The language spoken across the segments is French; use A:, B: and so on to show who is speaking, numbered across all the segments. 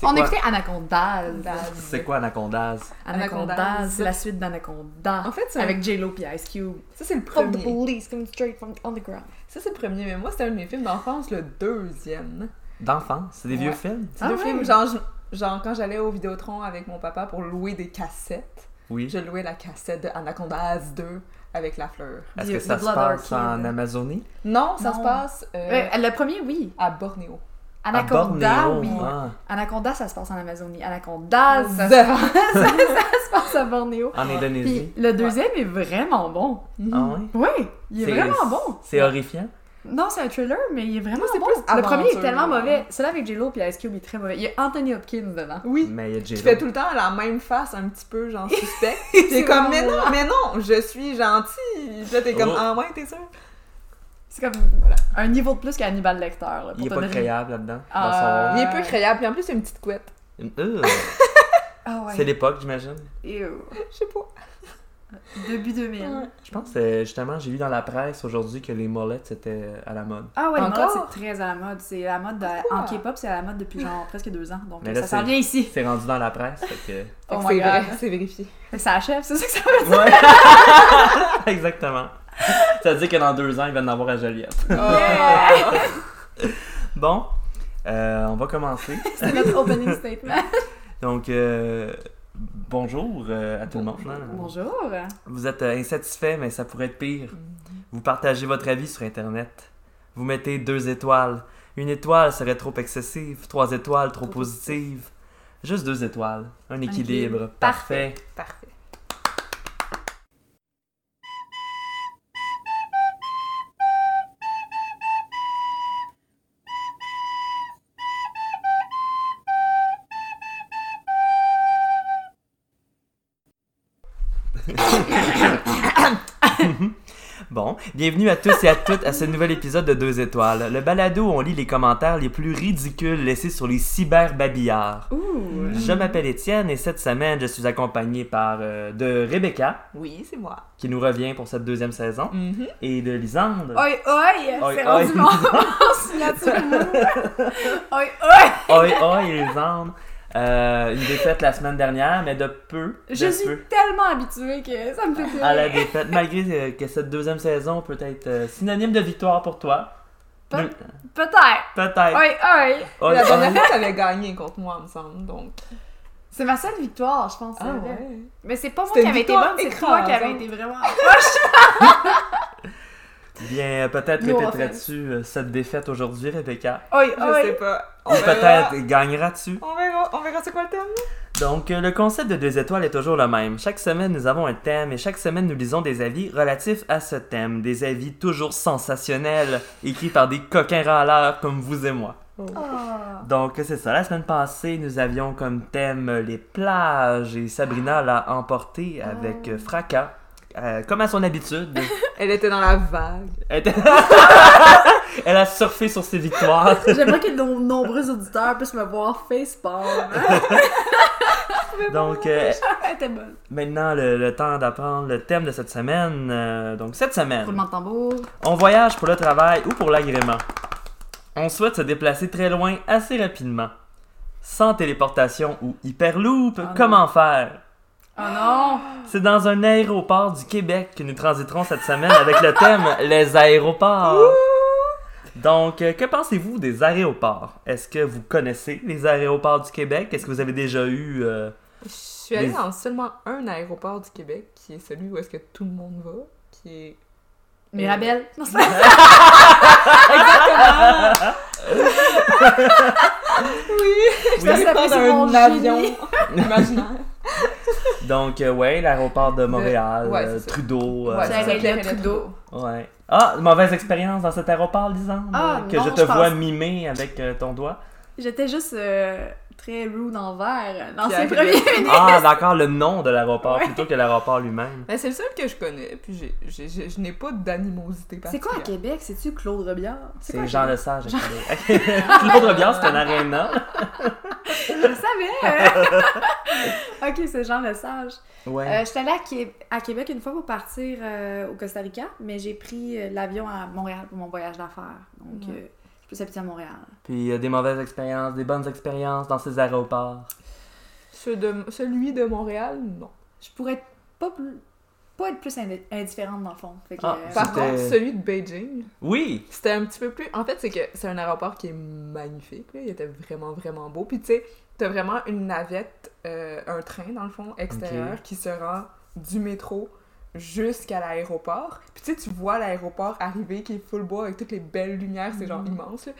A: On
B: quoi-
A: a écouté Anacondaz.
B: C'est quoi Anacondaz?
A: Anacondaz,
C: Anacondaz.
A: c'est la suite d'Anaconda.
C: En fait, c'est un-
A: avec J-Lo puis Ice Cube.
C: Ça, c'est le
D: From the
C: premier.
D: police, coming straight from underground.
C: Ça, c'est le premier, mais moi, c'était un de mes films d'enfance, le deuxième.
B: D'enfance? C'est des
C: Ouais.
B: vieux films?
C: C'est
A: Ah
C: deux
A: ouais?
C: films, genre, je- genre, quand j'allais au Vidéotron avec mon papa pour louer des cassettes,
B: Oui.
C: je louais la cassette de Anacondas 2 avec la fleur.
B: Est-ce
A: The-
B: que ça
A: The
B: se
A: Blood
B: passe
A: Orchid.
B: en Amazonie?
C: Non, ça
A: Non.
C: se passe euh,
A: Euh, le premier, oui.
C: à Bornéo.
B: À
A: Anaconda,
B: Bornéo,
A: oui.
D: hein.
B: ah.
A: Anaconda, ça se passe en Amazonie. Anaconda, ça,
C: The-
A: se passe à Bornéo.
B: En Indonésie.
A: Puis le deuxième est vraiment bon.
B: Ah
C: Mhm.
B: ouais?
A: Oui, il est, vraiment bon.
B: C'est horrifiant?
A: Non, c'est un thriller, mais il est vraiment
C: Moi, c'est
A: bon.
C: plus
A: le premier est
C: aventure,
A: tellement
C: là.
A: mauvais. Celui avec J-Lo puis Ice Cube est très mauvais. Il y a Anthony Hopkins dedans.
C: Oui.
B: Mais il y a
C: Qui fait
B: J-Lo.
C: tout le temps la même face, un petit peu, genre, suspect. T'es comme, mais non, mais non, je suis gentil. Puis là, t'es comme,
B: Oh.
C: ah ouais, t'es sûr?
A: C'est comme un niveau de plus qu'Hannibal Lecter. là, pour
B: Il est
A: te
B: pas
A: donner-
B: créable là-dedans.
A: Ah.
C: Il
A: Ouais.
C: est peu créable, puis en plus, c'est une petite couette.
B: Dans son rôle. Euh,
A: Ah
B: C'est
A: ouais.
B: l'époque, j'imagine.
A: Ew.
C: Je sais pas.
A: Début 2000.
B: Je pense que justement, j'ai vu dans la presse aujourd'hui que les mollets c'était à la mode.
A: Ah ouais,
C: Encore?
A: le mode, c'est très à la mode. C'est à la mode de-
C: Pourquoi?
A: en K-pop, c'est à la mode depuis genre presque deux ans. Donc
B: Mais
A: euh,
B: là,
A: ça s'en
B: c'est-
A: vient ici.
B: C'est rendu dans la presse, fait que.
C: Fait que
A: Oh
C: c'est
A: my
C: vrai,
A: God.
C: c'est vérifié.
A: Mais ça achève, c'est ça que ça veut dire.
B: Ouais! Exactement. Ça veut dire que dans deux ans, il va en avoir à Joliette. Bon, euh, on va commencer.
A: C'est notre opening statement.
B: Donc, euh, bonjour euh, à tout le monde. hein.
A: Bonjour.
B: Vous êtes euh, insatisfait, mais ça pourrait être pire.
C: Mhm.
B: Vous partagez votre avis sur Internet. Vous mettez deux étoiles. Une étoile serait trop excessive, trois étoiles trop,
A: Trop
B: positives. Juste deux étoiles. Un équilibre
A: équilibre.
B: parfait.
C: Parfait.
B: Bon, bienvenue à tous et à toutes à ce nouvel épisode de Deux étoiles. Le balado où on lit les commentaires les plus ridicules laissés sur les cyberbabillards.
A: Ouh.
B: Je m'appelle Étienne et cette semaine, je suis accompagné par euh, de Rebecca,
C: Oui, c'est moi.
B: qui nous revient pour cette deuxième saison,
C: Mhm.
B: et de Lisande.
A: Oi, oi!
B: Oi,
A: C'est
B: oi.
A: rendu mon, mon signature move. Oi, oi!
B: Oi, oi, les Andes. Euh, une défaite la semaine dernière, mais de peu. de
A: Je suis
B: peu,
A: tellement habituée que ça me fait plaisir.
B: À la défaite, malgré euh, que cette deuxième saison peut être euh, synonyme de victoire pour toi.
A: Pe-
B: Nul-
A: Peut-être.
B: Peut-être.
A: Oi, oi!
B: Oi,
C: la dernière
B: oi.
C: fois, t'avais gagné contre moi, il me semble, donc.
A: C'est ma seule victoire, je pense.
C: Ah
A: c'est vrai. Mais c'est pas moi
C: C'était
A: qui avais été
C: une victoire
A: bonne, c'est toi qui avais
C: écrasante.
A: été vraiment proche.
B: Bien, euh, peut-être
A: No
B: répéteras-tu euh, cette défaite aujourd'hui, Rebecca.
A: Oi,
C: Je sais
A: oi!
C: pas.
B: Ou peut-être gagneras-tu.
C: On verra, on verra c'est quoi le thème.
B: Donc, euh, le concept de deux étoiles est toujours le même. Chaque semaine, nous avons un thème et chaque semaine, nous lisons des avis relatifs à ce thème. Des avis toujours sensationnels, écrits par des coquins râleurs comme vous et moi.
A: Ah.
B: Donc, c'est ça. La semaine passée, nous avions comme thème euh, les plages et Sabrina l'a emporté avec euh, fracas. Euh, comme à son habitude,
C: Elle était dans la vague.
B: elle, était- Elle a surfé sur ses victoires.
A: J'aimerais que nos nombreux auditeurs puissent me voir facepalm.
B: Donc, euh,
A: Elle était bonne.
B: maintenant, le, le temps d'apprendre le thème de cette semaine. Euh, donc, cette semaine,
A: Roulement de tambour.
B: on voyage pour le travail ou pour l'agrément. On souhaite se déplacer très loin assez rapidement. Sans téléportation ou hyperloop,
A: Ah non.
B: comment faire
A: Oh non!
B: C'est dans un aéroport du Québec que nous transiterons cette semaine avec le thème les aéroports. Donc, euh, que pensez-vous des aéroports? Est-ce que vous connaissez les aéroports du Québec? Est-ce que vous avez déjà eu... euh,
C: Je suis allée
B: Les-
C: dans seulement un aéroport du Québec, qui est celui où est-ce que tout le monde va, qui est...
A: Mirabelle. Non, c'est
B: oui.
A: Ça, s'appelle
C: dans
A: c'est mon
C: avion
A: génie.
C: imaginaire.
B: Donc, euh, ouais, l'aéroport de Montréal,
C: ouais,
B: euh,
C: c'est ça.
B: Trudeau... euh,
C: Ouais,
A: Ça
C: c'est
A: s'appelait
C: s'appelait
A: Trudeau.
B: ouais. Ah, mauvaise expérience dans cet aéroport, disons,
A: Ah,
B: que
A: non,
B: je te
A: je
B: vois
A: pense-
B: mimer avec euh, ton doigt.
A: J'étais juste euh, très rude envers euh, l'ancien
C: Puis
A: premier
C: avec-
A: ministre.
B: Ah, d'accord, le nom de l'aéroport
A: Ouais.
B: plutôt que l'aéroport lui-même.
C: Ben, c'est le seul que je connais, puis j'ai- j'ai- j'ai- je n'ai pas d'animosité
A: C'est quoi à
C: particulière.
A: Québec? C'est-tu Claude Robillard? quoi à
B: C'est Jean Lesage. à Québec. Claude Robillard, c'est un aréna.
A: Je le savais! ok, c'est Jean Lesage.
B: Ouais.
A: Euh, J'étais allée à, Qué- à Québec une fois pour partir euh, au Costa Rica, mais j'ai pris euh, l'avion à Montréal pour mon voyage d'affaires. Donc,
C: Ouais.
A: euh, Je peux habiter à Montréal.
B: Puis il y a des mauvaises expériences, des bonnes expériences dans ces aéroports.
C: Ceux de- celui de Montréal, non.
A: Je pourrais être pas, plus- pas être plus indi- indifférente dans le fond. Fait que,
B: Ah,
A: euh,
C: Par
B: C'était-
C: contre, celui de Beijing,
B: Oui!
C: c'était un petit peu plus. En fait, c'est que c'est un aéroport qui est magnifique. là. Il était vraiment, vraiment beau. Puis tu sais, t'as vraiment une navette, euh, un train dans le fond extérieur qui se rend du métro jusqu'à l'aéroport. Puis tu sais, tu vois l'aéroport arriver qui est full bois avec toutes les belles lumières, c'est genre
A: Mhm.
C: immense. là.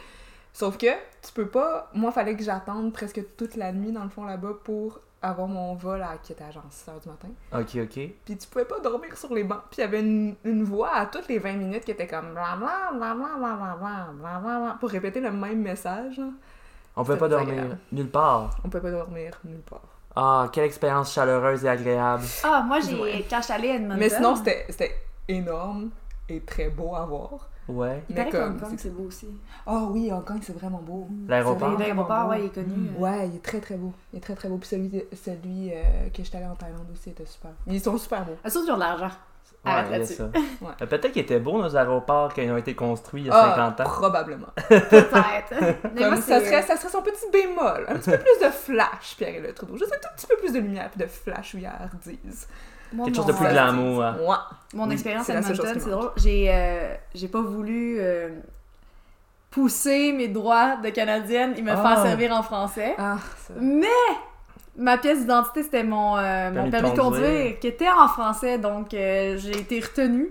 C: Sauf que tu peux pas. Moi, fallait que j'attende presque toute la nuit dans le fond là-bas pour avoir mon vol à... qui était à genre 6h du matin.
B: Ok, ok.
C: Puis tu pouvais pas dormir sur les bancs. Puis il y avait une, une voix à toutes les 20 minutes qui était comme blablabla, blablabla, blablabla, blablabla, pour répéter le même message. là.
B: On pouvait
C: C'est
B: pas
C: pas
B: dormir
C: grave.
B: nulle part.
C: On peut pas dormir nulle part.
B: Ah, quelle expérience chaleureuse et agréable.
A: Ah, moi, j'ai
C: Ouais.
A: quand je suis allée à Edmonton.
C: Mais sinon, c'était c'était énorme et très beau à voir.
B: Ouais.
A: Il
C: mais
A: paraît que
C: comme,
A: Hong Kong,
C: c'est-
A: c'est beau aussi.
C: Oh oui, Hong Kong, c'est vraiment beau.
B: L'aéroport.
C: C'est
A: L'aéroport,
C: vraiment
A: ouais,
C: beau.
A: il est connu. euh,
C: Mm. Ouais, il est très très beau. Il est très très beau. Puis celui, celui euh, que j'étais allée en Thaïlande aussi était super. Ils sont super beaux.
A: Ah, Sauf qu'ils ont de l'argent. Arrête
B: Ouais, il y a
A: là-dessus.
B: ça. Euh, Peut-être qu'ils étaient beaux, nos aéroports, quand ils ont été construits il y a
C: Ah,
B: 50 ans.
C: Probablement.
A: Peut-être. Mais
C: Comme
A: moi,
C: ça,
A: c'est- euh,
C: serait, ça serait son petit bémol. Un petit peu plus de flash, Pierre le Trudeau. Juste un tout petit peu plus de lumière puis de flashouillardise.
A: moi,
B: Quelque
A: mon-
B: chose de plus
A: euh,
B: glamour. hein.
C: Ouais.
A: Mon
B: Oui,
A: expérience
C: Mm. c'est
A: à
C: la seule
A: Edmonton,
C: chose qui
A: c'est drôle. J'ai euh, j'ai pas voulu euh, pousser mes droits de Canadienne et me
B: Ah.
A: faire servir en français.
C: Ah, ça.
A: Mais ma pièce d'identité, c'était mon, euh,
B: Permis
A: mon
B: de
A: permis de conduire.
B: conduire.
A: qui était en français, donc euh, j'ai été retenue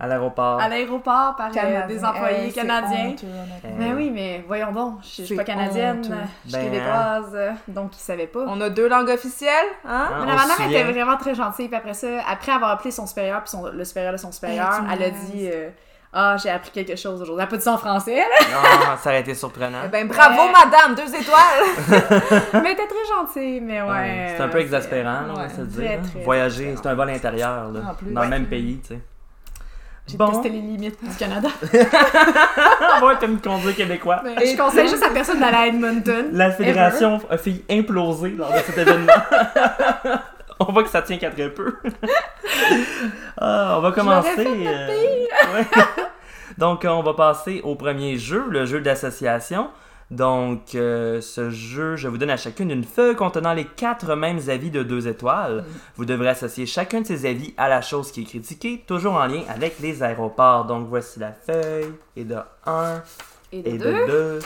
B: À l'aéroport.
A: à l'aéroport par euh, des employés canadiens.
B: Eh
A: Ben oui, mais voyons donc, je je suis
C: C'est
A: pas canadienne,
C: honteux.
A: je suis
B: Ben,
A: québécoise, euh, donc ils savaient pas.
C: On a deux langues officielles, hein?
B: Hein,
A: Mais
B: on
A: la
B: se
A: madame était
B: souvient.
A: vraiment très gentille. Puis après ça, après avoir appelé son supérieur, puis son- le supérieur de son supérieur,
C: Hey, tu
A: elle a
C: me
A: dit euh, Ah, j'ai appris quelque chose aujourd'hui. Elle n'a pas dit ça en français, là.
B: Ah, ça aurait été surprenant.
C: Eh ben bravo,
A: Ouais.
C: madame, deux étoiles!
A: mais elle était très gentille, mais ouais.
B: Ouais, c'est un
A: euh,
B: peu exaspérant, là, on va
C: ouais,
B: se le dire.
A: très,
B: hein.
A: très
B: Voyager,
A: exaspérant.
B: c'est un vol intérieur, là,
C: En plus.
B: dans le
C: Ouais.
B: même pays, tu sais.
A: J'ai
B: Bon.
A: testé les limites du Canada.
B: Avoir un permis de conduire québécois.
A: Mais je conseille juste à personne d'aller à Edmonton.
B: La fédération a fait imploser lors de cet événement. on voit que ça tient qu'à très peu. Ah, on va commencer. euh, ouais. Donc, euh, on va passer au premier jeu, le jeu d'association. Donc, euh, ce jeu, je vous donne à chacune une feuille contenant les quatre mêmes avis de deux étoiles. Vous devrez associer chacun de ces avis à la chose qui est critiquée, toujours en lien avec les aéroports. Donc, voici la feuille. Et de 1,
A: Et de
B: et de
A: deux.
B: deux.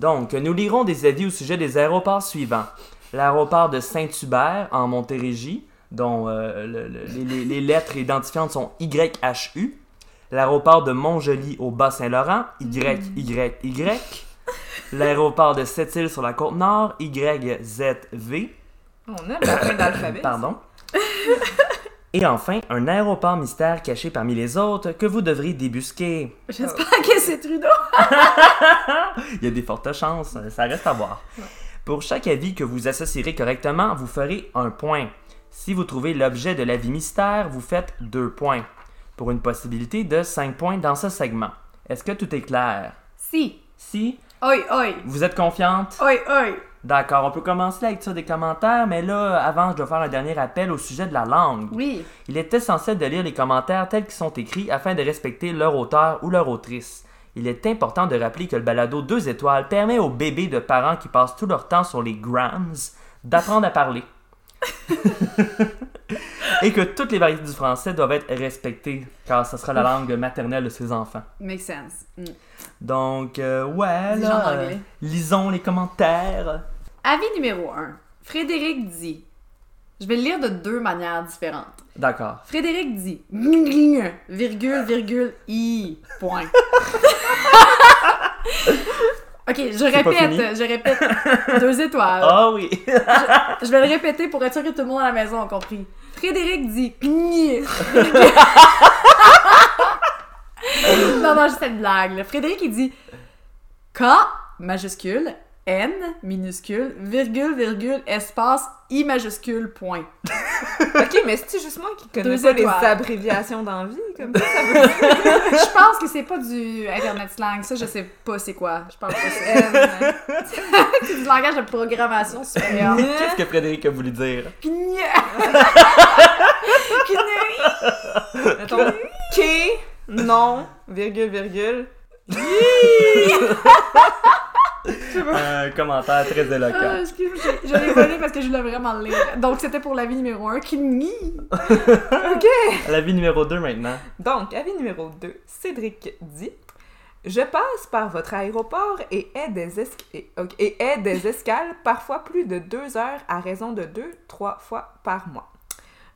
B: Donc, nous lirons des avis au sujet des aéroports suivants. L'aéroport de Saint-Hubert en Montérégie, dont euh, le- le- les, les- les lettres identifiantes sont YHU. L'aéroport de Montjoly au Bas-Saint-Laurent, YYY. L'aéroport de Sept-Îles sur la Côte-Nord, YZV.
C: On aime la fin d'alphabet.
B: Pardon. Et enfin, un aéroport mystère caché parmi les autres que vous devrez débusquer.
A: J'espère que c'est Trudeau.
B: Il y a des fortes chances, ça reste à voir. Pour chaque avis que vous associerez correctement, vous ferez un point. Si vous trouvez l'objet de l'avis mystère, vous faites deux points. Pour une possibilité de cinq points dans ce segment. Est-ce que tout est clair?
A: Si.
B: Si
A: Oi, oi.
B: vous êtes confiante,
A: Oi, oi.
B: d'accord, on peut commencer la lecture des commentaires, mais là, avant, je dois faire un dernier appel au sujet de la langue.
A: Oui.
B: Il est essentiel de lire les commentaires tels qu'ils sont écrits afin de respecter leur auteur ou leur autrice. Il est important de rappeler que le balado 2 étoiles permet aux bébés de parents qui passent tout leur temps sur les grams d'apprendre à parler. Et que toutes les variétés du français doivent être respectées, car ce sera la langue maternelle de ces enfants.
A: Make sense. Mm.
B: Donc, euh, ouais,
A: Dis-le
B: là,
A: en anglais.
B: euh, lisons les commentaires.
A: Avis numéro 1. Frédéric dit Je vais le lire de deux manières différentes.
B: D'accord.
A: Frédéric dit virgule virgule i point. OK, je
B: pas
A: répète,
B: fini.
A: je répète deux étoiles.
B: Ah oui!
A: Je vais le répéter pour être sûr que tout le monde à la maison a compris. Frédéric dit Gni. Non, non, juste une blague. là. Frédéric, il dit K majuscule, N minuscule, virgule, virgule, espace, I majuscule, point.
C: Ok, mais c'est-tu juste moi qui connais
A: Deux
C: pas
A: étoiles.
C: les abréviations dans la vie? Comme ça, ça veut
A: Je pense que c'est pas du Internet slang. Ça, je sais pas c'est quoi. Je pense que c'est
C: dire.
A: c'est du langage de programmation supérieure.
B: Qu'est-ce que Frédéric a voulu dire?
A: Gni. Gni.
C: Mettons, K, non, virgule, virgule,
B: Un commentaire très
A: Ah,
B: éloquent.
A: excuse-moi, j'ai- je l'ai volé parce que je voulais vraiment le lire. Donc, c'était pour l'avis numéro 1. Qui nie?
B: La vie numéro 2 maintenant.
C: Donc, avis numéro 2, Cédric dit Je passe par votre aéroport et ai des, esc- et- ok, et ai des escales parfois plus de deux heures à raison de deux, trois fois par mois.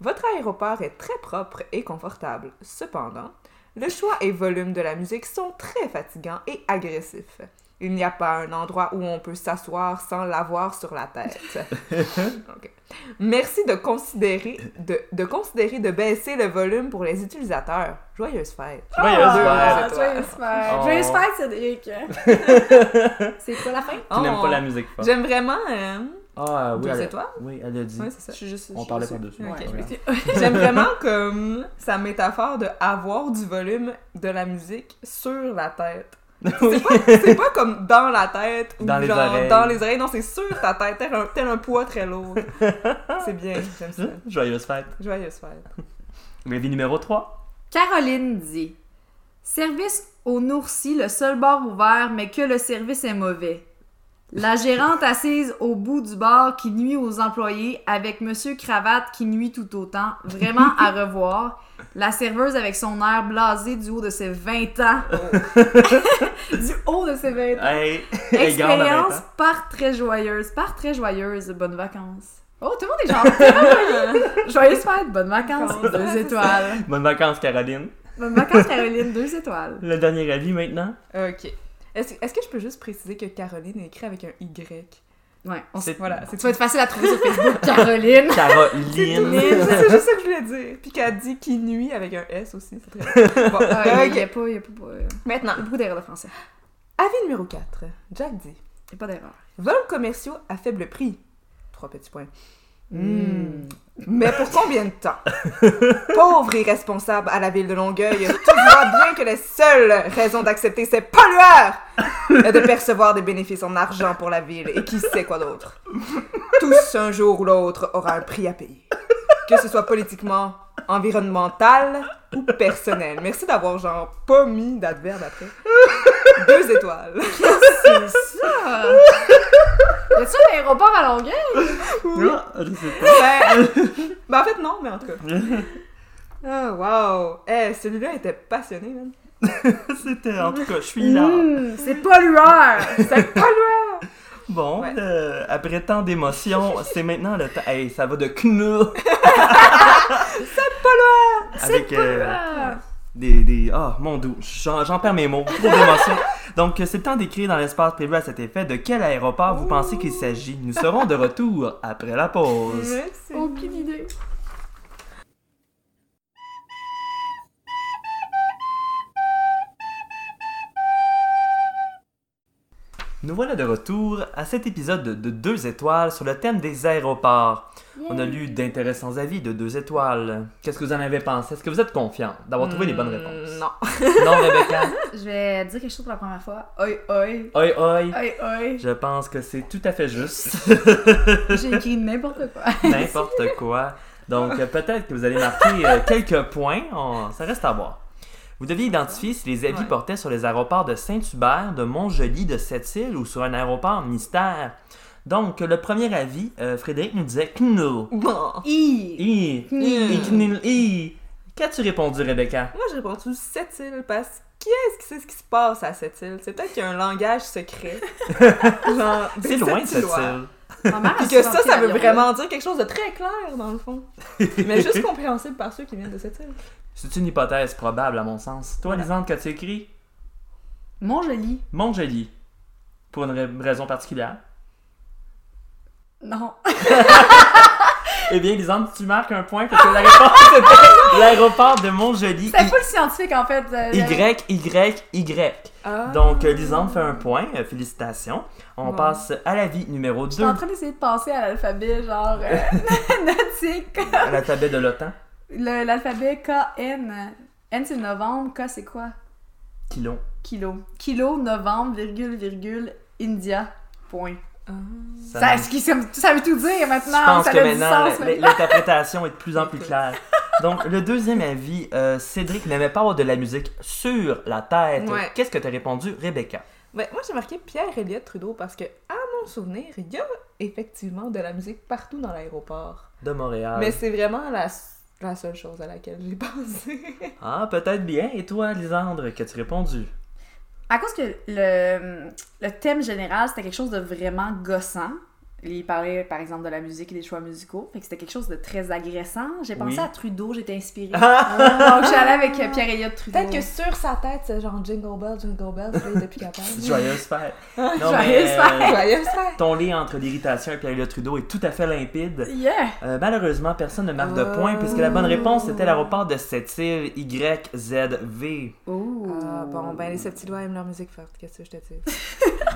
C: Votre aéroport est très propre et confortable. Cependant, le choix et volume de la musique sont très fatigants et agressifs. Il n'y a pas un endroit où on peut s'asseoir sans l'avoir sur la tête. Ok. Merci de considérer de, de considérer de baisser le volume pour les utilisateurs. Joyeuse fête.
B: Joyeuse
A: Ah,
B: fête.
C: fête.
A: Joyeuse fête.
B: Oh.
A: Joyeuse fête, Cédric. C'est quoi la fin?
B: Tu n'aimes pas la
C: Oh,
B: musique fort.
C: J'aime vraiment euh,
B: Ah
C: Deux
B: elle a-
C: étoiles?
B: Oui, elle a dit.
C: ouais, c'est ça.
A: Je suis juste...
B: On parlait pas dessus.
C: Ok.
B: Ouais, ouais.
C: J'aime vraiment comme sa métaphore de avoir du volume de la musique sur la tête.
B: Oui.
C: C'est pas comme dans la tête ou
B: Dans les
C: genre
B: oreilles.
C: dans les oreilles. Non, c'est sur ta tête, tel un, tel un poids très lourd. c'est bien, j'aime ça.
B: Joyeuse fête.
C: Joyeuse fête.
B: La vie numéro 3.
A: Caroline dit Service au noursi, le seul bar ouvert, mais que le service est mauvais. La gérante assise au bout du bar qui nuit aux employés, avec Monsieur Cravate qui nuit tout autant, vraiment à revoir. La serveuse avec son air blasé du haut de ses 20 ans. du haut de ses 20 ans.
B: Hey, Égard de 20
A: Expérience
B: ans.
A: par très joyeuse, par très joyeuse. Bonnes vacances. Oh, tout le monde est
C: Ah!
A: gentil. Joyeuses fêtes, bonnes vacances, deux étoiles.
B: Bonnes vacances, Caroline.
A: Bonnes vacances, Caroline, deux étoiles.
B: Le dernier avis maintenant.
C: Ok. Est-ce est-ce que je peux juste préciser que Caroline est écrite avec un Y?
A: Ouais, on s-
B: C'est-
C: Voilà, c'est
A: Tu vas être facile à trouver sur Facebook, Caroline.
B: Caroline.
C: Mais c'est juste ça que je voulais dire. Puis qu'elle dit qui nuit avec un S aussi, c'est très bon.
A: Ah, Il n'y a,
C: ok.
A: pas- il y a pas- euh,
C: Maintenant,
A: il y a beaucoup d'erreurs de français.
C: avis numéro 4. Jack
A: Il
C: dit
A: n'y a pas d'erreur.
C: Vols commerciaux à faible prix. Trois petits points. Hmm. Mais pour combien de temps Pauvre irresponsable à la ville de Longueuil, tu vois bien que les seules raisons d'accepter ces pollueurs est de percevoir des bénéfices en argent pour la ville et qui sait quoi d'autre. Tous, un jour ou l'autre, aura un prix à payer. Que ce soit politiquement, environnemental ou personnel. Merci d'avoir, genre, pas mis d'adverbe après. Deux étoiles.
A: C'est ça! Y a-tu un aéroport à Longueuil?
B: Ah, je sais pas.
C: Ben, ben, en fait, non, mais en tout cas. Oh, wow! Eh, celui-là était passionné, man.
B: C'était en tout cas, je suis là.
C: Mm.
A: Hmm, c'est pollueur!
C: C'est pas loin!
B: Bon,
C: Ouais.
B: euh, après tant d'émotions, c'est maintenant le temps. Hey, ça va de knou. c'est pas loin. Avec euh,
A: Ah.
B: des des ah mon doux, j'en j'en perds mes mots, trop d'émotions. Donc euh, c'est le temps d'écrire dans l'espace prévu à cet effet de quel aéroport vous pensez qu'il s'agit. Nous serons de retour après la pause.
C: Merci.
A: Aucune idée.
B: Nous voilà de retour à cet épisode de- de deux étoiles sur le thème des aéroports. On a lu d'intéressants avis de deux étoiles. Qu'est-ce que vous en avez pensé? Est-ce que vous êtes confiant d'avoir trouvé les bonnes réponses?
C: Hmm, Non.
B: Non, Rebecca.
A: Je vais dire quelque chose pour la première fois. Oi, oi.
B: Oi, oi.
A: Oi, oi.
B: Je pense que c'est tout à fait juste.
A: J'ai écrit n'importe quoi.
B: N'importe quoi. Donc, euh, peut-être que vous allez marquer euh, quelques points. On- Ça reste à voir. Vous deviez identifier si les avis
C: Ouais.
B: portaient sur les aéroports de Saint-Hubert, de Mont-Joli, de Sept-Îles ou sur un aéroport mystère. Donc, le premier avis, euh, Frédéric nous disait Kno.
C: Bon.
A: I.
B: I. I. knil, I. Qu'as-tu répondu, Rebecca?
C: Moi, j'ai répondu cette île parce qu'est-ce qui c'est ce qui se passe à cette île? C'est peut-être qu'il y a un langage secret. Genre,
B: Ben,
C: des
B: C'est loin de cette
C: Sept-Îlois.
B: île.
A: Ma mère a
C: Puis que ça,
A: supporté
C: ça veut
A: l'avion.
C: vraiment dire quelque chose de très clair, dans le fond. Mais juste compréhensible par ceux qui viennent de cette île.
B: C'est une hypothèse probable, à mon sens. Toi, Lisande, qu'as-tu écrit?
A: Mon joli.
B: Mont-Joli. Pour une ra- raison particulière.
A: Non.
B: Eh bien, Lisande, tu marques un point parce que l'aéroport, c'était l'aéroport de Montjoli.
A: C'est pas le scientifique en fait. euh,
B: Y, Y, Y.
C: Ah.
B: Donc, euh, Lisande fait un point. Euh, Félicitations. On
C: Wow.
B: passe à l'avis numéro 2
A: J'étais en train d'essayer de passer à l'alphabet, genre euh, nautique.
B: à la table de l'OTAN.
A: Le- L'alphabet KN. N c'est novembre, K c'est quoi?
B: Kilon.
A: Kilo. Kilo, novembre, virgule, virgule, India. Point.
C: Ah.
A: Ça,
B: m'a-
A: ce qui- ça, veut- ça veut tout dire
B: Je
A: maintenant.
B: pense
A: ça
B: que
A: a du
B: maintenant,
A: sens.
B: l-
A: mais-
B: l'interprétation est de plus en plus claire. Donc, le deuxième avis, euh, Cédric n'aimait pas avoir de la musique sur la tête.
C: Ouais.
B: Qu'est-ce que t'as répondu, Rebecca?
C: Ben, moi, j'ai marqué pierre Elliott Trudeau parce que, à mon souvenir, il y a effectivement de la musique partout dans l'aéroport.
B: De Montréal.
C: Mais c'est vraiment la, la seule chose à laquelle j'ai pensé.
B: Ah, peut-être bien. Et toi, Lisandre, qu'as-tu répondu?
A: À cause que le, le thème général, c'était quelque chose de vraiment gossant. Il parlait, par exemple, de la musique et des choix musicaux. Fait que c'était quelque chose de très agressant. J'ai pensé
B: Oui.
A: à Trudeau, j'étais inspirée. Donc, je suis allée avec euh, pierre Elliott Trudeau.
C: Peut-être que sur sa tête, c'est genre Jingle Bell, Jingle Bell, c'est depuis qu'elle parle.
B: Joyeuse fête. Non,
A: Ben Joyeuse
B: euh,
C: Joyeuse fête!
B: ton lien entre l'irritation et Pierre-Éliott Trudeau est tout à fait limpide.
A: Yeah!
B: Euh, malheureusement, personne ne marque de
C: Oh.
B: point puisque la bonne réponse était l'aéroport de Sept-Îles, YZV.
A: Ouh!
C: Ah, bon, ben les petits doigts aiment leur musique forte, qu'est-ce que je te dis?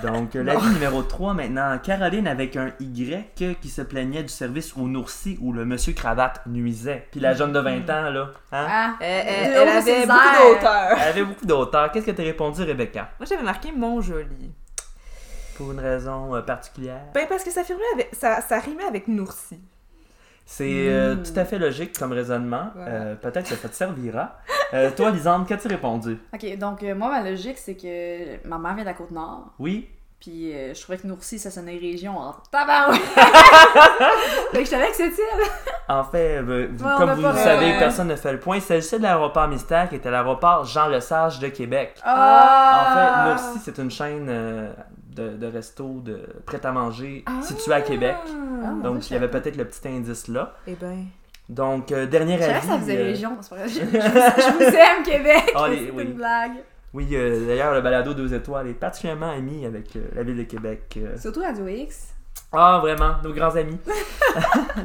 B: Donc, euh, l'avis numéro 3 maintenant. Caroline avec un Y euh, qui se plaignait du service aux noursis où le monsieur cravate nuisait. Puis la jeune de 20 ans, là, hein,
A: Ah.
C: Euh, Elle,
A: Le haut de ses
C: avait
A: airs.
C: beaucoup d'auteur!
B: elle avait beaucoup d'auteur. Qu'est-ce que t'as répondu, Rebecca?
C: Moi, j'avais marqué Mon Joli.
B: Pour une raison euh, particulière.
C: Ben, parce que ça, firmait avec- ça, ça rimait avec Noursi.
B: C'est euh,
A: Mm.
B: tout à fait logique comme raisonnement.
C: Voilà.
B: Euh, Peut-être que ça te servira. Euh, toi, Lisande, qu'as-tu répondu?
A: Ok, donc euh, moi, ma logique, c'est que ma mère vient de la Côte-Nord.
B: Oui?
A: Puis euh, je trouvais que Noursi, ça sonnait région en tabarouette. fait que j'étais avec cette île.
B: En fait, euh, vous-
A: Ouais, on
B: comme
A: a
B: vous
A: pas
B: le savez,
C: raison.
B: personne ne fait le point. Il s'agissait de l'aéroport mystère qui était l'aéroport Jean-Lesage de Québec. En fait,
C: Ah!
A: Ah!
B: Noursi, c'est une chaîne euh, de, de resto de prêt à manger située à Québec.
A: Ah.
B: Donc,
A: je
B: il y avait peut-être le petit indice là.
C: Eh ben.
B: Donc, euh, dernier
A: Je savais
B: avis.
A: que ça faisait
B: euh,
A: région, c'est pas vrai. Je, je vous- je vous aime, Québec!
B: Ah, les-
A: c'est
B: oui.
A: une blague.
B: Oui, euh, d'ailleurs, le balado deux étoiles est particulièrement ami avec euh, la ville de Québec. euh.
A: Surtout Radio X.
B: Ah, vraiment, nos grands amis.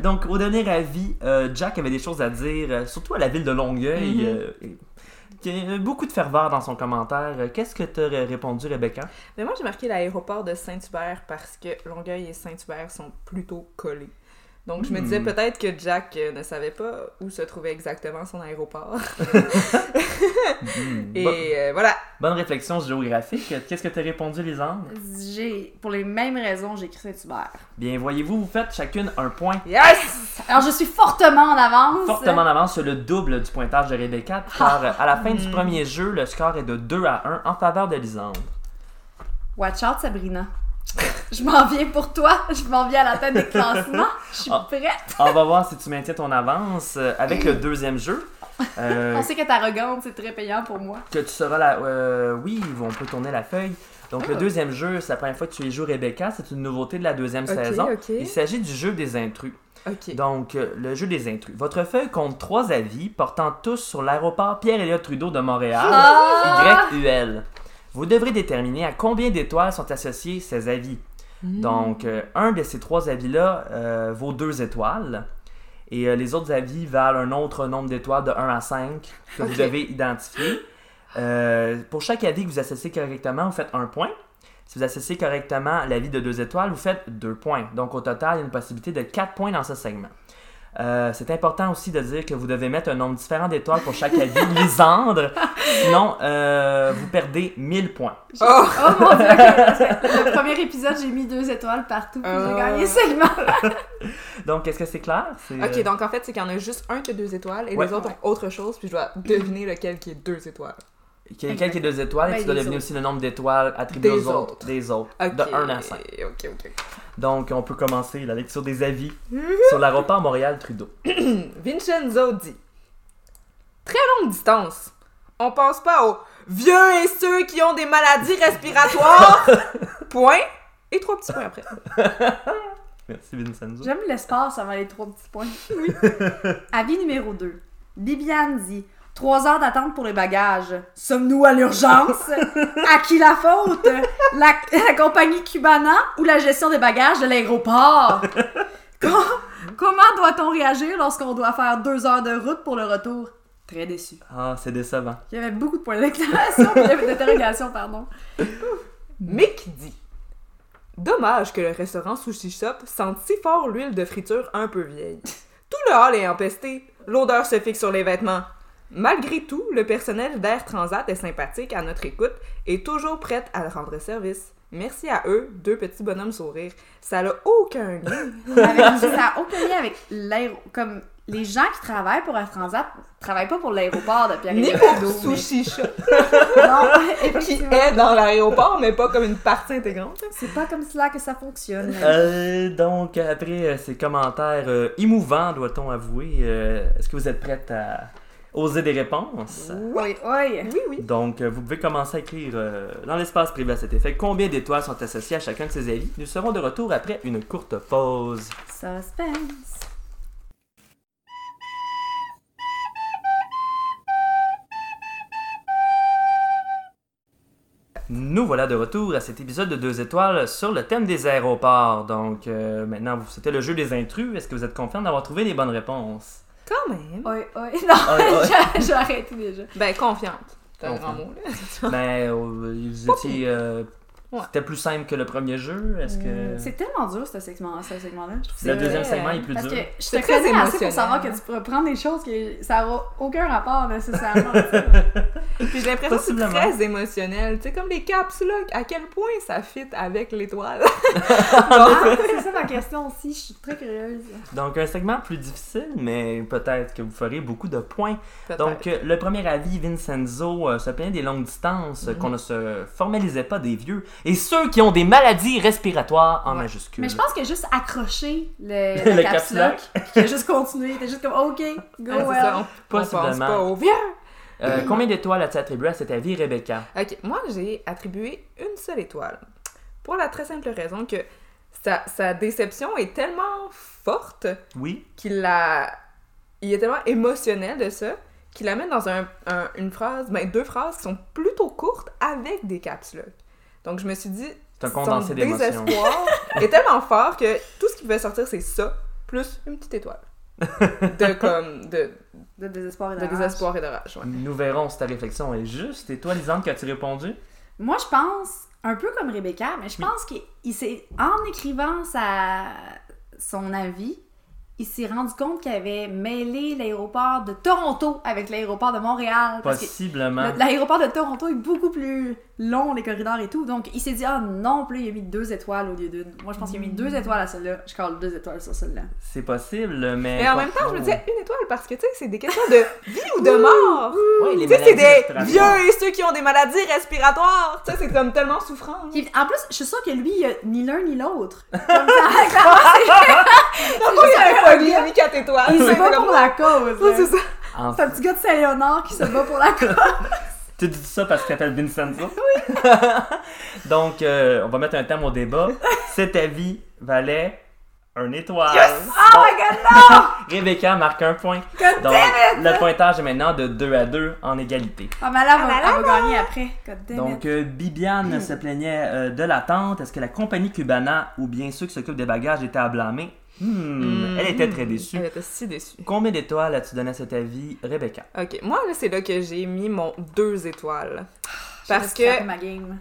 B: Donc, au dernier avis, euh, Jack avait des choses à dire, euh, surtout à la ville de Longueuil.
C: Mhm.
B: euh, et- qui a eu beaucoup de ferveur dans son commentaire. Euh, Qu'est-ce que t'aurais répondu, Rebecca?
C: Mais moi, j'ai marqué l'aéroport de Saint-Hubert parce que Longueuil et Saint-Hubert sont plutôt collés. Donc, je me
B: Hmm.
C: disais peut-être que Jack euh, ne savait pas où se trouvait exactement son aéroport.
B: Hmm,
C: Et
B: bo-
C: euh, voilà.
B: bonne réflexion géographique. Qu'est-ce que t'as répondu, les anges?
A: J'ai, pour les mêmes raisons, j'ai écrit Saint-Hubert.
B: Bien, voyez-vous, vous faites chacune un point
C: Yes!
A: Alors, je suis fortement en avance.
B: fortement en avance sur le double du pointage de Rebecca, car euh, à la fin du premier jeu, le score est de 2 à 1 en faveur de Lisandre.
A: Watch out, Sabrina. Je m'en viens pour toi. Je m'en viens à la tête des classements. Je suis
B: Ah.
A: prête.
B: On va voir si tu maintiens ton avance euh, avec le deuxième jeu. euh,
A: On sait que t'es arrogante, c'est très payant pour moi.
B: que tu seras là. euh, oui, on peut tourner la feuille. Donc,
C: Ah.
B: le deuxième jeu, c'est la première fois que tu y joues, Rebecca. C'est une nouveauté de la deuxième
C: Ok,
B: saison.
C: ok.
B: Il s'agit du jeu des intrus.
C: Ok.
B: Donc, euh, le jeu des intrus. Votre feuille compte trois avis portant tous sur l'aéroport Pierre-Éliott Trudeau de Montréal.
A: Ah!
B: YUL. Vous devrez déterminer à combien d'étoiles sont associés ces avis.
C: Hmm.
B: Donc, euh, un de ces trois avis-là euh, vaut deux étoiles. Et euh, les autres avis valent un autre nombre d'étoiles de 1 à 5 que vous
C: Ok.
B: devez identifier. Euh, pour chaque avis que vous associez correctement, vous faites un point. Si vous associez correctement l'avis de deux étoiles, vous faites deux points. Donc, au total, il y a une possibilité de quatre points dans ce segment. Euh, c'est important aussi de dire que vous devez mettre un nombre différent d'étoiles pour chaque avis. Lisandre, sinon euh, vous perdez 1000 points.
C: Oh!
A: Oh mon dieu, ok. Parce que Le premier épisode, j'ai mis deux étoiles partout. puis J'ai
C: Ah.
A: gagné segment.
B: Donc, est-ce que c'est clair? C'est, euh,
C: Ok, donc en fait, c'est qu'il y en a juste un qui a deux étoiles et
B: Ouais.
C: les autres ont autre chose, puis je dois deviner lequel qui est deux étoiles.
B: Quelqu'un qui est deux étoiles, et
A: Ben,
B: tu dois
A: des
B: deviner
A: autres.
B: aussi le nombre d'étoiles attribuées
C: Des
B: aux autres.
C: autres.
B: Des autres.
C: Ok.
B: De 1 à 5.
C: Ok, ok.
B: Donc, on peut commencer la lecture des avis sur l'aéroport Montréal-Trudeau.
C: Vincenzo dit Très longue distance. On pense pas aux vieux et ceux qui ont des maladies respiratoires. Point. Et trois petits points après.
B: Merci, Vincenzo.
A: J'aime l'espace avant les trois petits points. Oui. Avis numéro 2. Bibiane dit 3 heures d'attente pour les bagages. Sommes-nous à l'urgence À qui la faute la, la compagnie Cubana ou la gestion des bagages de l'aéroport Com- Comment doit-on réagir lorsqu'on doit faire deux heures de route pour le retour Très déçu.
B: Ah, c'est décevant.
A: Il y avait beaucoup de points d'exclamation, puis il y avait d'interrogation, pardon.
C: Mick dit Dommage que le restaurant Sushi Shop sente si fort l'huile de friture un peu vieille. Tout le hall est empesté. L'odeur se fixe sur les vêtements. Malgré tout, le personnel d'Air Transat est sympathique à notre écoute et toujours prête à rendre service. Merci à eux, deux petits bonhommes sourires. Ça n'a aucun lien.
A: Avec- ça n'a aucun lien avec l'aéro. Comme les gens qui travaillent pour Air Transat travaillent pas pour l'aéroport de pierre
C: Ni pour eh, Sushi Shop,
A: Non,
C: qui
A: effectivement.
C: est dans l'aéroport, mais pas comme une partie intégrante.
A: C'est pas comme cela que ça fonctionne.
B: Euh, donc, après euh, ces commentaires euh, émouvants, doit-on avouer, euh, est-ce que vous êtes prête à oser des réponses?
A: Oui, oui.
C: Oui, oui.
B: Donc, euh, vous pouvez commencer à écrire euh, dans l'espace privé à cet effet combien d'étoiles sont associées à chacun de ces avis. Nous serons de retour après une courte pause.
A: Suspense.
B: Nous voilà de retour à cet épisode de 2 étoiles sur le thème des aéroports. Donc, euh, maintenant, vous- c'était le jeu des intrus. Est-ce que vous êtes confiant d'avoir trouvé les bonnes réponses?
C: Quand même.
A: Oui, oui. Non,
B: Oui, oui.
A: j'ai- j'ai arrêté déjà.
C: Ben, confiante. C'est un grand
B: Confiante.
C: mot, là.
B: Ben, euh, vous étiez... euh,
C: Ouais.
B: C'était plus simple que le premier jeu. Est-ce que...
A: Euh, Mm, C'est tellement dur ce segment- ce segment-là. je trouve
B: Le
A: ça-
B: deuxième
C: vrai,
B: segment
C: hein,
B: est plus
A: Parce
B: dur.
A: que je
C: C'est
A: te
C: très
A: connais assez pour
C: émotionnel. hein.
A: savoir que tu pourrais prendre des choses que ça n'a aucun rapport nécessairement. tu sais.
C: Puis j'ai l'impression que c'est
B: Possiblement.
C: très émotionnel. Tu sais, comme les caps, là, à quel point ça fit avec l'étoile.
A: Ah, c'est ça ma question aussi, je suis très curieuse.
B: Donc, un segment plus difficile, mais peut-être que vous ferez beaucoup de points.
C: Peut-être.
B: Donc, euh, le premier avis, Vincenzo euh, se plaignait des longues distances,
A: Mm.
B: euh, qu'on ne se formalisait pas des vieux, et ceux qui ont des maladies respiratoires en
C: Ouais.
B: majuscule.
A: Mais je pense qu'il a juste accroché le, le,
B: Le
A: caps
B: caps
A: lock, puis il a juste continué, t'es juste comme OK, go
C: Ah, c'est
A: well.
C: ça, on- on, pense
B: Possiblement.
C: pas au vieux.
B: Euh, combien d'étoiles as-tu attribué à cet avis, Rebecca?
C: Ok, moi j'ai attribué une seule étoile. Pour la très simple raison que sa, sa déception est tellement forte
B: Oui.
C: qu'il a. Il est tellement émotionnel de ça qu'il amène dans un, un- une phrase, ben deux phrases qui sont plutôt courtes avec des caps lock. Donc je me suis dit,
B: C'est un condensé
C: son
B: d'émotions.
C: désespoir est tellement fort que tout ce qui pouvait sortir c'est ça, plus une petite étoile. De comme. de,
A: De désespoir et
C: de
A: de rage.
C: désespoir et de rage, ouais.
B: Nous verrons si ta réflexion est juste. Et toi, Lisande, qu'as-tu répondu?
C: Ah,
A: Moi, je pense, un peu comme Rebecca, mais je
B: Oui.
A: pense qu'il il s'est, en écrivant sa, son avis, il s'est rendu compte qu'il avait mêlé l'aéroport de Toronto avec l'aéroport de Montréal. Parce que
B: Possiblement.
A: le- l'aéroport de Toronto est beaucoup plus long, les corridors et tout. Donc, il s'est dit, ah non, plus il a mis deux étoiles au lieu d'une. Moi, je pense qu'il
B: Mm.
A: a mis deux étoiles à celle-là. Je colle deux étoiles sur celle-là.
B: C'est possible, mais...
C: Mais en même temps, je me disais une étoile parce que, tu sais, c'est des questions de vie ou de mort.
B: Ouais, les
C: Tu sais,
B: maladies
C: c'est des
B: respiratoires.
C: vieux et ceux qui ont des maladies respiratoires. Tu sais, c'est comme tellement souffrant.
A: Puis, en plus, je suis sûre que lui, il a ni l'un ni l'autre. Comme ça, clairement,
C: Pourquoi il avait pas mis- il a mis quatre étoiles?
A: il se
C: Ah, C'est
A: bat
C: comme-
A: pour la cause.
C: Ouais, c'est
A: là.
C: ça.
B: En-
A: C'est un petit gars de Saint-Léonard qui se bat pour la cause.
B: Tu dis ça parce qu'il s'appelle Vincenzo? Donc, euh, on va mettre un terme au débat. Cet avis valait un étoile.
A: Oh
B: Bon,
A: my god,
B: Rebecca marque un point.
A: God
B: Donc, le pointage est maintenant de 2 à 2 en égalité.
A: Ah, mais là, on va,
C: Ah, là,
A: on va gagner après. God damn
B: Donc,
A: it.
B: euh,
A: Mm.
B: Bibiane se plaignait euh, de l'attente. Est-ce que la compagnie Cubana ou bien ceux qui s'occupent des bagages étaient à blâmer? Hmm,
A: Mm.
C: Hmm.
B: Elle était très déçue.
A: Euh,
C: Elle était si déçue.
B: Combien d'étoiles as-tu donné à cet avis, Rebecca?
C: Ok, moi, là, c'est là que j'ai mis mon deux étoiles.
A: Je
C: Parce
A: vais
C: que
A: scraper ma game.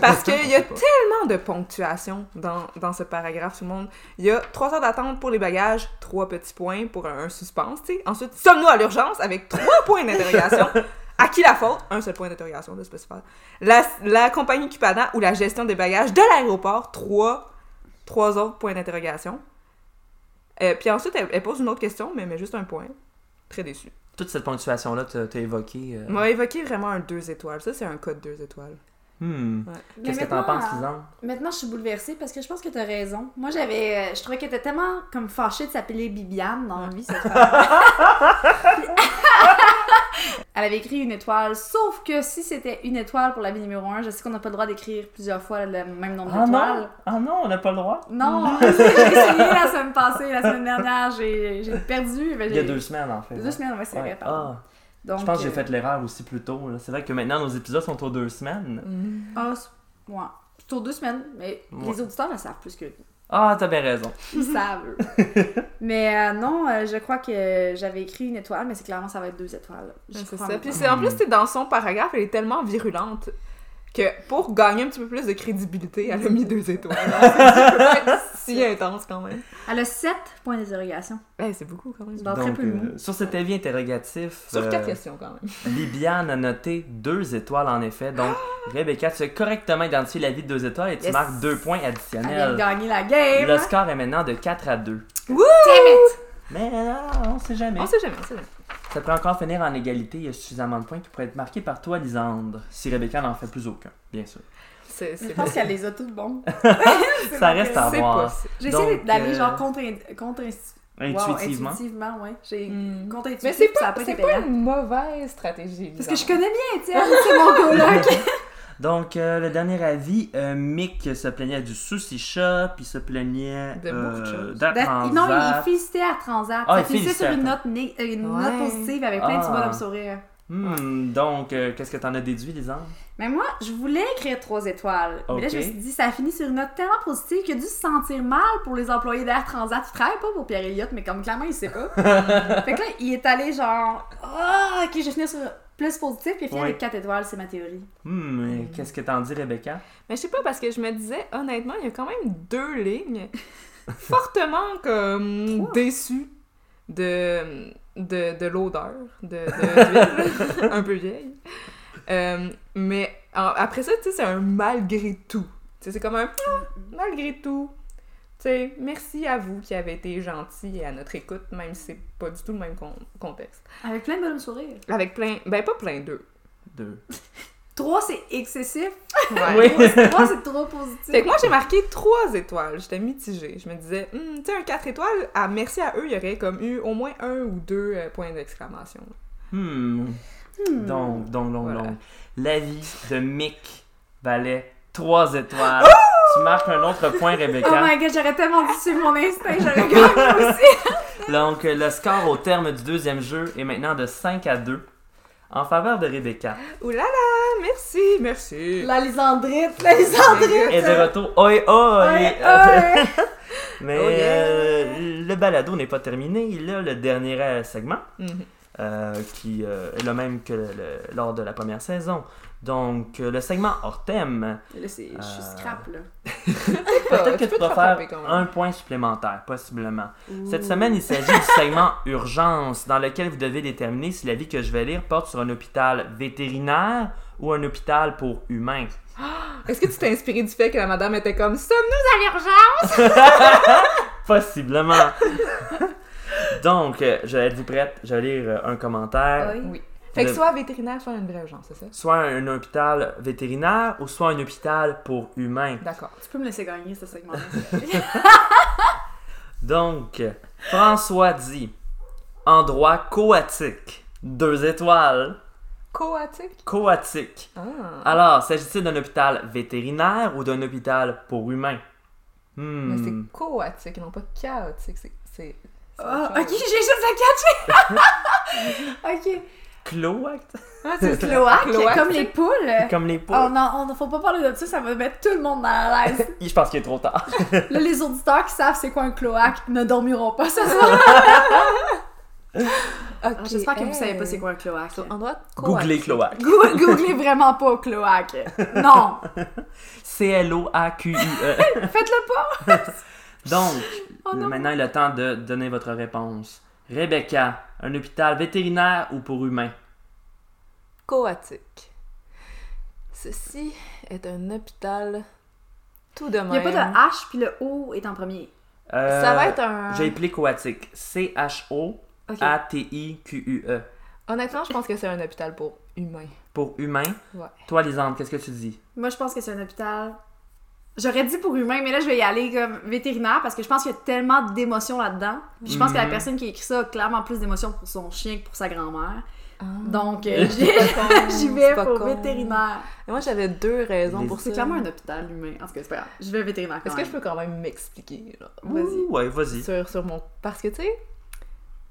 C: Parce qu'il y a
B: pas.
C: tellement de ponctuation dans, dans ce paragraphe, tout le monde. Il y a trois heures d'attente pour les bagages, trois petits points pour un, un suspense, tu sais. Ensuite, sommes-nous à l'urgence avec trois points d'interrogation. À qui la faute? Un seul point d'interrogation, là, c'est pas super. La, la compagnie Cupana ou la gestion des bagages de l'aéroport, trois, trois autres points d'interrogation. Euh, puis ensuite, elle, elle pose une autre question, mais, mais juste un point. Très déçue.
B: Toute cette ponctuation-là, t'as t'as évoqué. euh,
C: M'a évoqué vraiment un deux étoiles. Ça, c'est un code deux étoiles.
B: hmm,
A: Mais
B: Qu'est-ce que
A: maintenant,
B: t'en penses,
A: euh,
B: Lisande?
A: Maintenant, je suis bouleversée parce que je pense que t'as raison. Moi, j'avais. euh, je trouvais qu'elle était tellement comme fâchée de s'appeler Bibiane dans la vie, cette femme. Puis- Elle avait écrit une étoile, sauf que si c'était une étoile pour la vie numéro 1, je sais qu'on n'a pas le droit d'écrire plusieurs fois le même nombre
B: Ah
A: d'étoiles.
B: non! Ah non, on n'a pas le droit? Mm.
A: Non, j'ai essayé la semaine passée, la semaine dernière, j'ai j'ai perdu. mais
B: Il y a
A: j'ai-
B: deux semaines, en fait.
A: Euh,
B: hein.
A: deux semaines, ouais, c'est
B: Ouais.
A: vrai, pardon.
B: Ah,
A: Donc,
B: je pense que j'ai
A: euh,
B: fait l'erreur aussi plus tôt. là. C'est vrai que maintenant, nos épisodes sont aux deux semaines.
A: Ah, c'est- ouais. Plutôt deux semaines, mais
B: Ouais.
A: les auditeurs le savent plus que nous.
B: Ah, t'as bien raison.
A: Ils savent. eux. mais euh, non, euh, je crois que j'avais écrit une étoile, mais c'est clairement ça va être deux étoiles. Je
C: Ouais, Ben, C'est
A: crois
C: ça.
A: maintenant.
C: Puis c'est- en plus, c'est dans son paragraphe, elle est tellement virulente que pour gagner un petit peu plus de crédibilité, elle a mis deux étoiles. C'est pas si intense quand même.
A: Elle a sept points d'interrogation.
C: Ben, c'est beaucoup quand même.
A: Dans très peu de
B: euh,
A: mots.
B: sur cet avis interrogatif,
C: Sur
B: euh,
C: quatre questions quand même.
B: Libiane a noté deux étoiles en effet. Donc, Rebecca, tu as correctement identifié l'avis de deux étoiles et tu
A: Yes. Ah,
B: marques deux points
A: Elle vient de hein?
B: additionnels.
A: gagner la game.
B: Le score est maintenant de 4 à 2.
A: Damn it!
B: Mais euh, on sait jamais.
C: On sait jamais, on sait jamais.
B: Ça pourrait encore finir en égalité. Il y a suffisamment de points qui pourraient être marqués par toi, Lisandre, si Rebecca n'en fait plus aucun, bien sûr.
C: C'est c'est
D: Je pense qu'elle les a toutes bonnes.
B: Ça reste à
C: c'est
B: voir.
C: possible.
D: J'essaie
B: Donc,
D: d'aller
B: euh,
D: genre contre, contre
B: Intuitivement. Mm.
D: intuitivement, ouais. J'ai
C: Hmm.
D: contre
C: Mais c'est
D: ça a
C: pas,
D: pas
C: c'est
D: été
C: pas
D: payant.
C: une mauvaise stratégie.
D: Parce que je
C: disons.
D: connais bien Étienne, c'est mon coloc.
B: Donc, euh, le dernier avis, euh, Mick se plaignait du sushi shop, il se plaignait euh,
C: De beaucoup de choses.
B: d'un
A: That- Ben, non, il
B: transat.
A: est félicité à Transat.
B: Ah,
A: ça
B: il
A: finissait
B: félicitait
A: sur
B: à
A: une note, né- euh, une
C: Ouais.
A: note positive avec plein de petits
B: Ah.
A: bonhommes sourires.
B: Hmm, donc, euh, qu'est-ce que t'en as déduit, Lisandre?
A: Mais moi, je voulais écrire trois étoiles. Mais là,
B: Ok.
A: je me suis dit, ça finit sur une note tellement positive qu'il a dû se sentir mal pour les employés d'Air Transat. Il travaille pas pour Pierre Elliott, mais comme clairement, il sait pas. fait que là, il est allé genre, ah, ok, je vais finir sur plus positif, puis finir
B: Ouais.
A: avec quatre étoiles, c'est ma théorie.
B: Hmm, et qu'est-ce que t'en dis, Rebecca?
C: Mais je sais pas, parce que je me disais, honnêtement, il y a quand même deux lignes fortement comme déçues de, de, de l'odeur de, de l'huile, un peu vieille. Euh, mais en- après ça, tu sais, c'est un malgré tout. Tu sais, c'est comme un ah, malgré tout. Tu sais, merci à vous qui avez été gentils et à notre écoute, même si c'est pas du tout le même con- contexte.
A: Avec plein de bonhommes sourires.
C: Avec plein, ben pas plein d'eux.
B: Deux.
A: Trois, c'est excessif.
C: Ouais.
B: Oui.
A: Trois, c'est trop positif.
C: Fait que moi, j'ai marqué 3 étoiles. J'étais mitigée. Je me disais, Hmm, tu sais, un 4 étoiles, à merci à eux, il y aurait comme eu au moins un ou deux euh, points d'exclamation.
B: Hmm.
A: Hmm.
B: Donc, donc, donc,
C: Voilà.
B: donc. L'avis de Mick valait trois étoiles. tu marques un autre point,
A: Oh
B: Rebecca.
A: my god, j'aurais tellement dû suivre mon instinct, j'aurais gagné aussi.
B: Donc, euh, le score au terme du deuxième jeu est maintenant de 5 à 2 en faveur de Rebecca.
C: Ouh là là, merci, merci.
D: La Lisandrite, la Lisandrite.
B: Et de retour, oi oi!
D: Ouais,
A: Ah.
D: ouais.
B: Mais
C: Oh yeah.
B: euh, le balado n'est pas terminé. Il a le dernier euh, segment
C: Mhm.
B: euh, qui euh, est le même que le- lors de la première saison. Donc, euh, le segment hors thème.
A: Là, c'est, je suis scrap, là.
B: Peut-être
C: Euh, Bah, tu
B: que tu
C: peux te
B: vas
C: rattraper
B: faire
C: quand même.
B: un point supplémentaire, possiblement. Cette semaine, il s'agit du segment urgence, dans lequel vous devez déterminer si l'avis que je vais lire porte sur un hôpital vétérinaire ou un hôpital pour humains.
C: Est-ce que tu t'es inspiré du fait que la madame était comme ça?
B: Possiblement. Donc, euh, je êtes-vous prête? Je vais lire euh, un commentaire.
A: Oui.
C: Oui. Fait que
B: Le-
C: soit vétérinaire, soit une vraie urgence, c'est ça?
B: Soit un hôpital vétérinaire ou soit un hôpital pour humains.
C: D'accord.
A: Tu peux me laisser gagner ce segment
B: Donc, François dit endroit coatique. Deux étoiles.
C: Coatique?
B: Coatique.
C: Ah.
B: Alors, s'agit-il d'un hôpital vétérinaire ou d'un hôpital pour humains? Hmm.
C: Mais c'est coatique, non pas chaotique. C'est. c'est- c'est
A: Ah,
C: autre
A: ok, j'ai
C: chose.
A: juste à catcher! ok.
B: Cloaque?
C: Ah, c'est ça.
D: Cloaque,
C: Cloaque,
A: Comme
C: c'est-
A: les poules.
B: Comme les poules.
D: Oh non, on, faut pas parler de ça, ça va mettre tout le monde mal à l'aise.
B: Je pense qu'il est trop tard.
D: Là, les auditeurs qui savent c'est quoi un cloaque ne dormiront pas ce soir.
A: Ah, J'espère que vous savez pas c'est quoi un cloaque.
C: un endroit coatique.
B: Googlez cloaque.
D: Goo- Googlez vraiment pas au cloaque. Non.
B: C-L-O-A-Q-U-E.
D: Faites-le pas.
B: E. Donc,
D: Oh non.
B: maintenant il est temps de donner votre réponse. Rebecca, un hôpital vétérinaire ou pour humains?
C: coatique. Ceci est un hôpital tout de même.
A: Il n'y a pas de H, puis le O est en premier.
B: Euh,
C: Ça va être un.
B: J'ai appelé Coatic. C-H-O-A-T-I-Q-U-E.
A: Ok.
C: Honnêtement, je pense que c'est un hôpital pour humains.
B: E. Pour humain.
C: Ouais.
B: Toi, Lisandre, qu'est-ce que tu dis?
A: Moi, je pense que c'est un hôpital. J'aurais dit pour humain, mais là, je vais y aller comme vétérinaire parce que je pense qu'il y a tellement d'émotions là-dedans. Puis je pense que la
C: Mm-hmm.
B: Mhm.
A: personne qui a écrit ça a clairement plus d'émotions pour son chien que pour sa grand-mère.
C: Donc,
A: Donc, euh, j'ai- j'y vais pour vétérinaire.
C: Moi, j'avais deux raisons
B: Les-
C: pour ça.
A: C'est clairement un hôpital humain. En tout cas, c'est pas grave. Je vais vétérinaire quand
C: Est-ce que
A: même.
C: je peux quand même m'expliquer genre?
B: Ouh,
C: Vas-y.
B: Ouais, vas-y.
C: Sur, sur mon. Parce que, tu sais,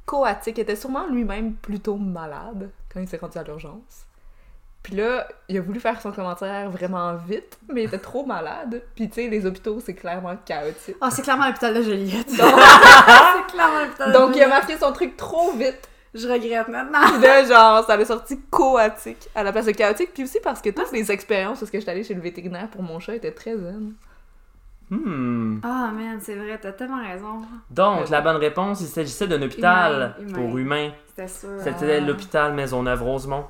C: coatique était sûrement lui-même plutôt malade quand il s'est rendu à l'urgence. Puis là, il a voulu faire son commentaire vraiment vite, mais il était trop malade. Puis, tu sais, les hôpitaux, c'est clairement chaotique.
A: Ah, c'est clairement l'hôpital de Juliette. c'est clairement l'hôpital de
C: Donc il a
A: Juliette.
C: marqué son truc trop vite.
A: Je regrette maintenant.
C: Puis là, genre, ça l'a sorti coatique à la place de chaotique. Puis aussi parce que toutes les expériences où est-ce que j'étais allée chez le vétérinaire pour mon chat étaient très zen.
B: Hmm.
A: Ah, man, c'est vrai, t'as tellement raison.
B: Donc, la bonne réponse, il s'agissait d'un hôpital
A: Humain,
B: pour humain.
A: C'était sûr.
B: C'était l'hôpital Maisonneuve-Rosemont.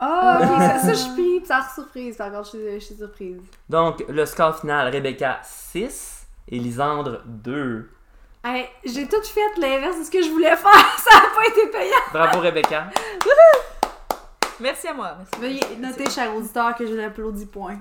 A: Ah, ok, ça, ça, je plie, pis ça rend surprise. Par contre, je suis, je suis surprise.
B: Donc, le score final, Rebecca 6 et Lisandre 2.
A: Hey, j'ai tout fait l'inverse de ce que je voulais faire. Ça n'a pas été payant.
B: Bravo, Rebecca.
C: Merci à moi. Merci.
A: Veuillez noter, cher auditeur, que je l'applaudis point.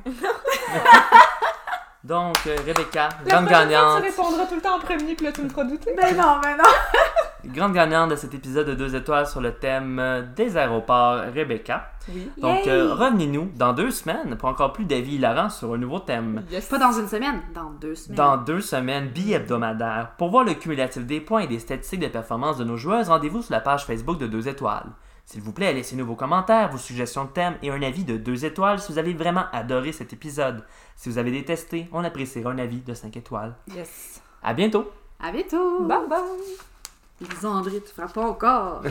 B: Donc, euh, Rebecca,
C: La
B: grande
C: prochaine fois,
B: gagnante.
C: tu répondras tout le temps en premier, puis là, tu me feras douter.
A: Ben non, ben non.
B: Grande gagnante de cet épisode de 2 étoiles sur le thème euh, des aéroports, Rebecca.
C: Oui.
B: Donc,
A: Yay!
B: euh, revenez-nous dans deux semaines pour encore plus d'avis hilarants sur un nouveau thème.
C: Yes.
E: Pas dans une semaine, dans deux semaines.
B: Dans deux semaines bi-hebdomadaires, pour voir le cumulatif des points et des statistiques de performance de nos joueuses, rendez-vous sur la page Facebook de 2 étoiles. S'il vous plaît, laissez-nous vos commentaires, vos suggestions de thèmes et un avis de 2 étoiles si vous avez vraiment adoré cet épisode. Si vous avez détesté, on appréciera un avis de 5 étoiles.
C: Yes.
B: À bientôt!
E: À bientôt!
C: Bye bye.
E: Disons, André, tu feras pas encore!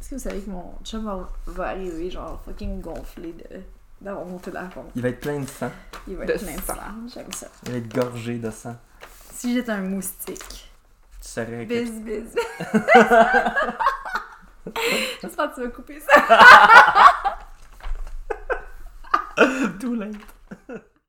A: Est-ce que vous savez que mon chum va, va arriver, genre, fucking gonflé de- d'avoir monté la pompe?
B: Il va être plein de sang.
A: Il va
C: De
A: être plein de
C: sang.
A: sang. J'aime ça.
B: Il va être gorgé de sang.
A: Si j'étais un moustique.
B: Tu serais...
A: Bis, bis, bis. J'espère que tu vas couper ça.
B: Tout lent.